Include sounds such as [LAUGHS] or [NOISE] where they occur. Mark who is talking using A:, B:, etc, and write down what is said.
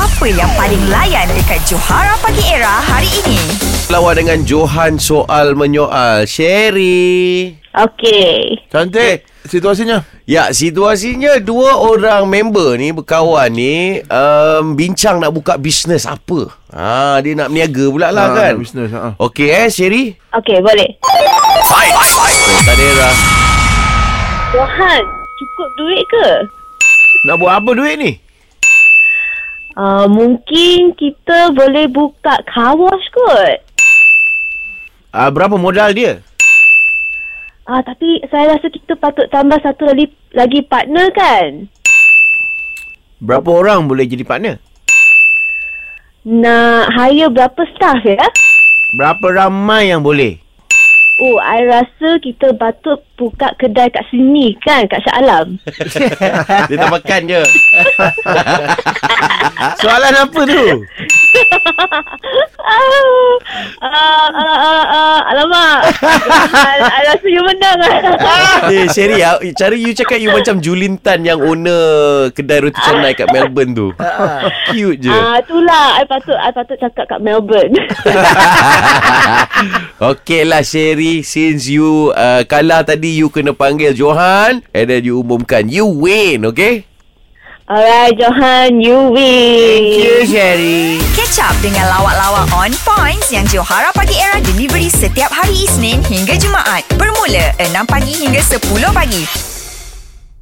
A: Apa yang paling layan dekat Johara Pagi Era hari ini?
B: Lawan dengan Johan soal menyoal Sherry Eh,
C: Okey.
D: Cantik situasinya.
B: Ya situasinya dua orang member ni Berkawan ni um, Bincang nak buka bisnes apa ha, Dia nak berniaga pula lah
D: Ah,
B: kan
D: nak bisnes, ah.
B: Okey eh Sherry Oh,
C: Okey, boleh.
B: Tak ada lah. era
C: Johan, cukup duit ke?
D: Nak buat apa duit ni?
C: Uh, mungkin kita boleh buka car wash kot.
D: Uh, berapa modal dia?
C: Ah, tapi saya rasa kita patut tambah satu lagi, lagi partner kan?
D: Berapa orang boleh jadi partner?
C: Nak hire berapa staff ya?
D: Berapa ramai yang boleh?
C: Oh, I rasa kita patut buka kedai kat sini kan, kat Shah Alam. [LAUGHS]
B: Dia tak makan je
D: Soalan apa tu?
C: ah, ah, ah, ah, ah, alamak. I, I rasa you menang.
B: Eh Sherry ah, Cara you cakap you macam Julin Tan Yang owner Kedai roti canai kat Melbourne tu Cute je
C: Ah, itulah I patut I patut cakap kat Melbourne. [LAUGHS]
B: Okay lah Sherry Since you uh, Kalah tadi You kena panggil Johan And then you umumkan You win okay
C: Alright, Johan, you win.
D: Sherry.
A: Catch up dengan lawak-lawak on points yang Johara Pagi Era delivery setiap hari Isnin hingga Jumaat. Bermula 6 pagi hingga 10 pagi.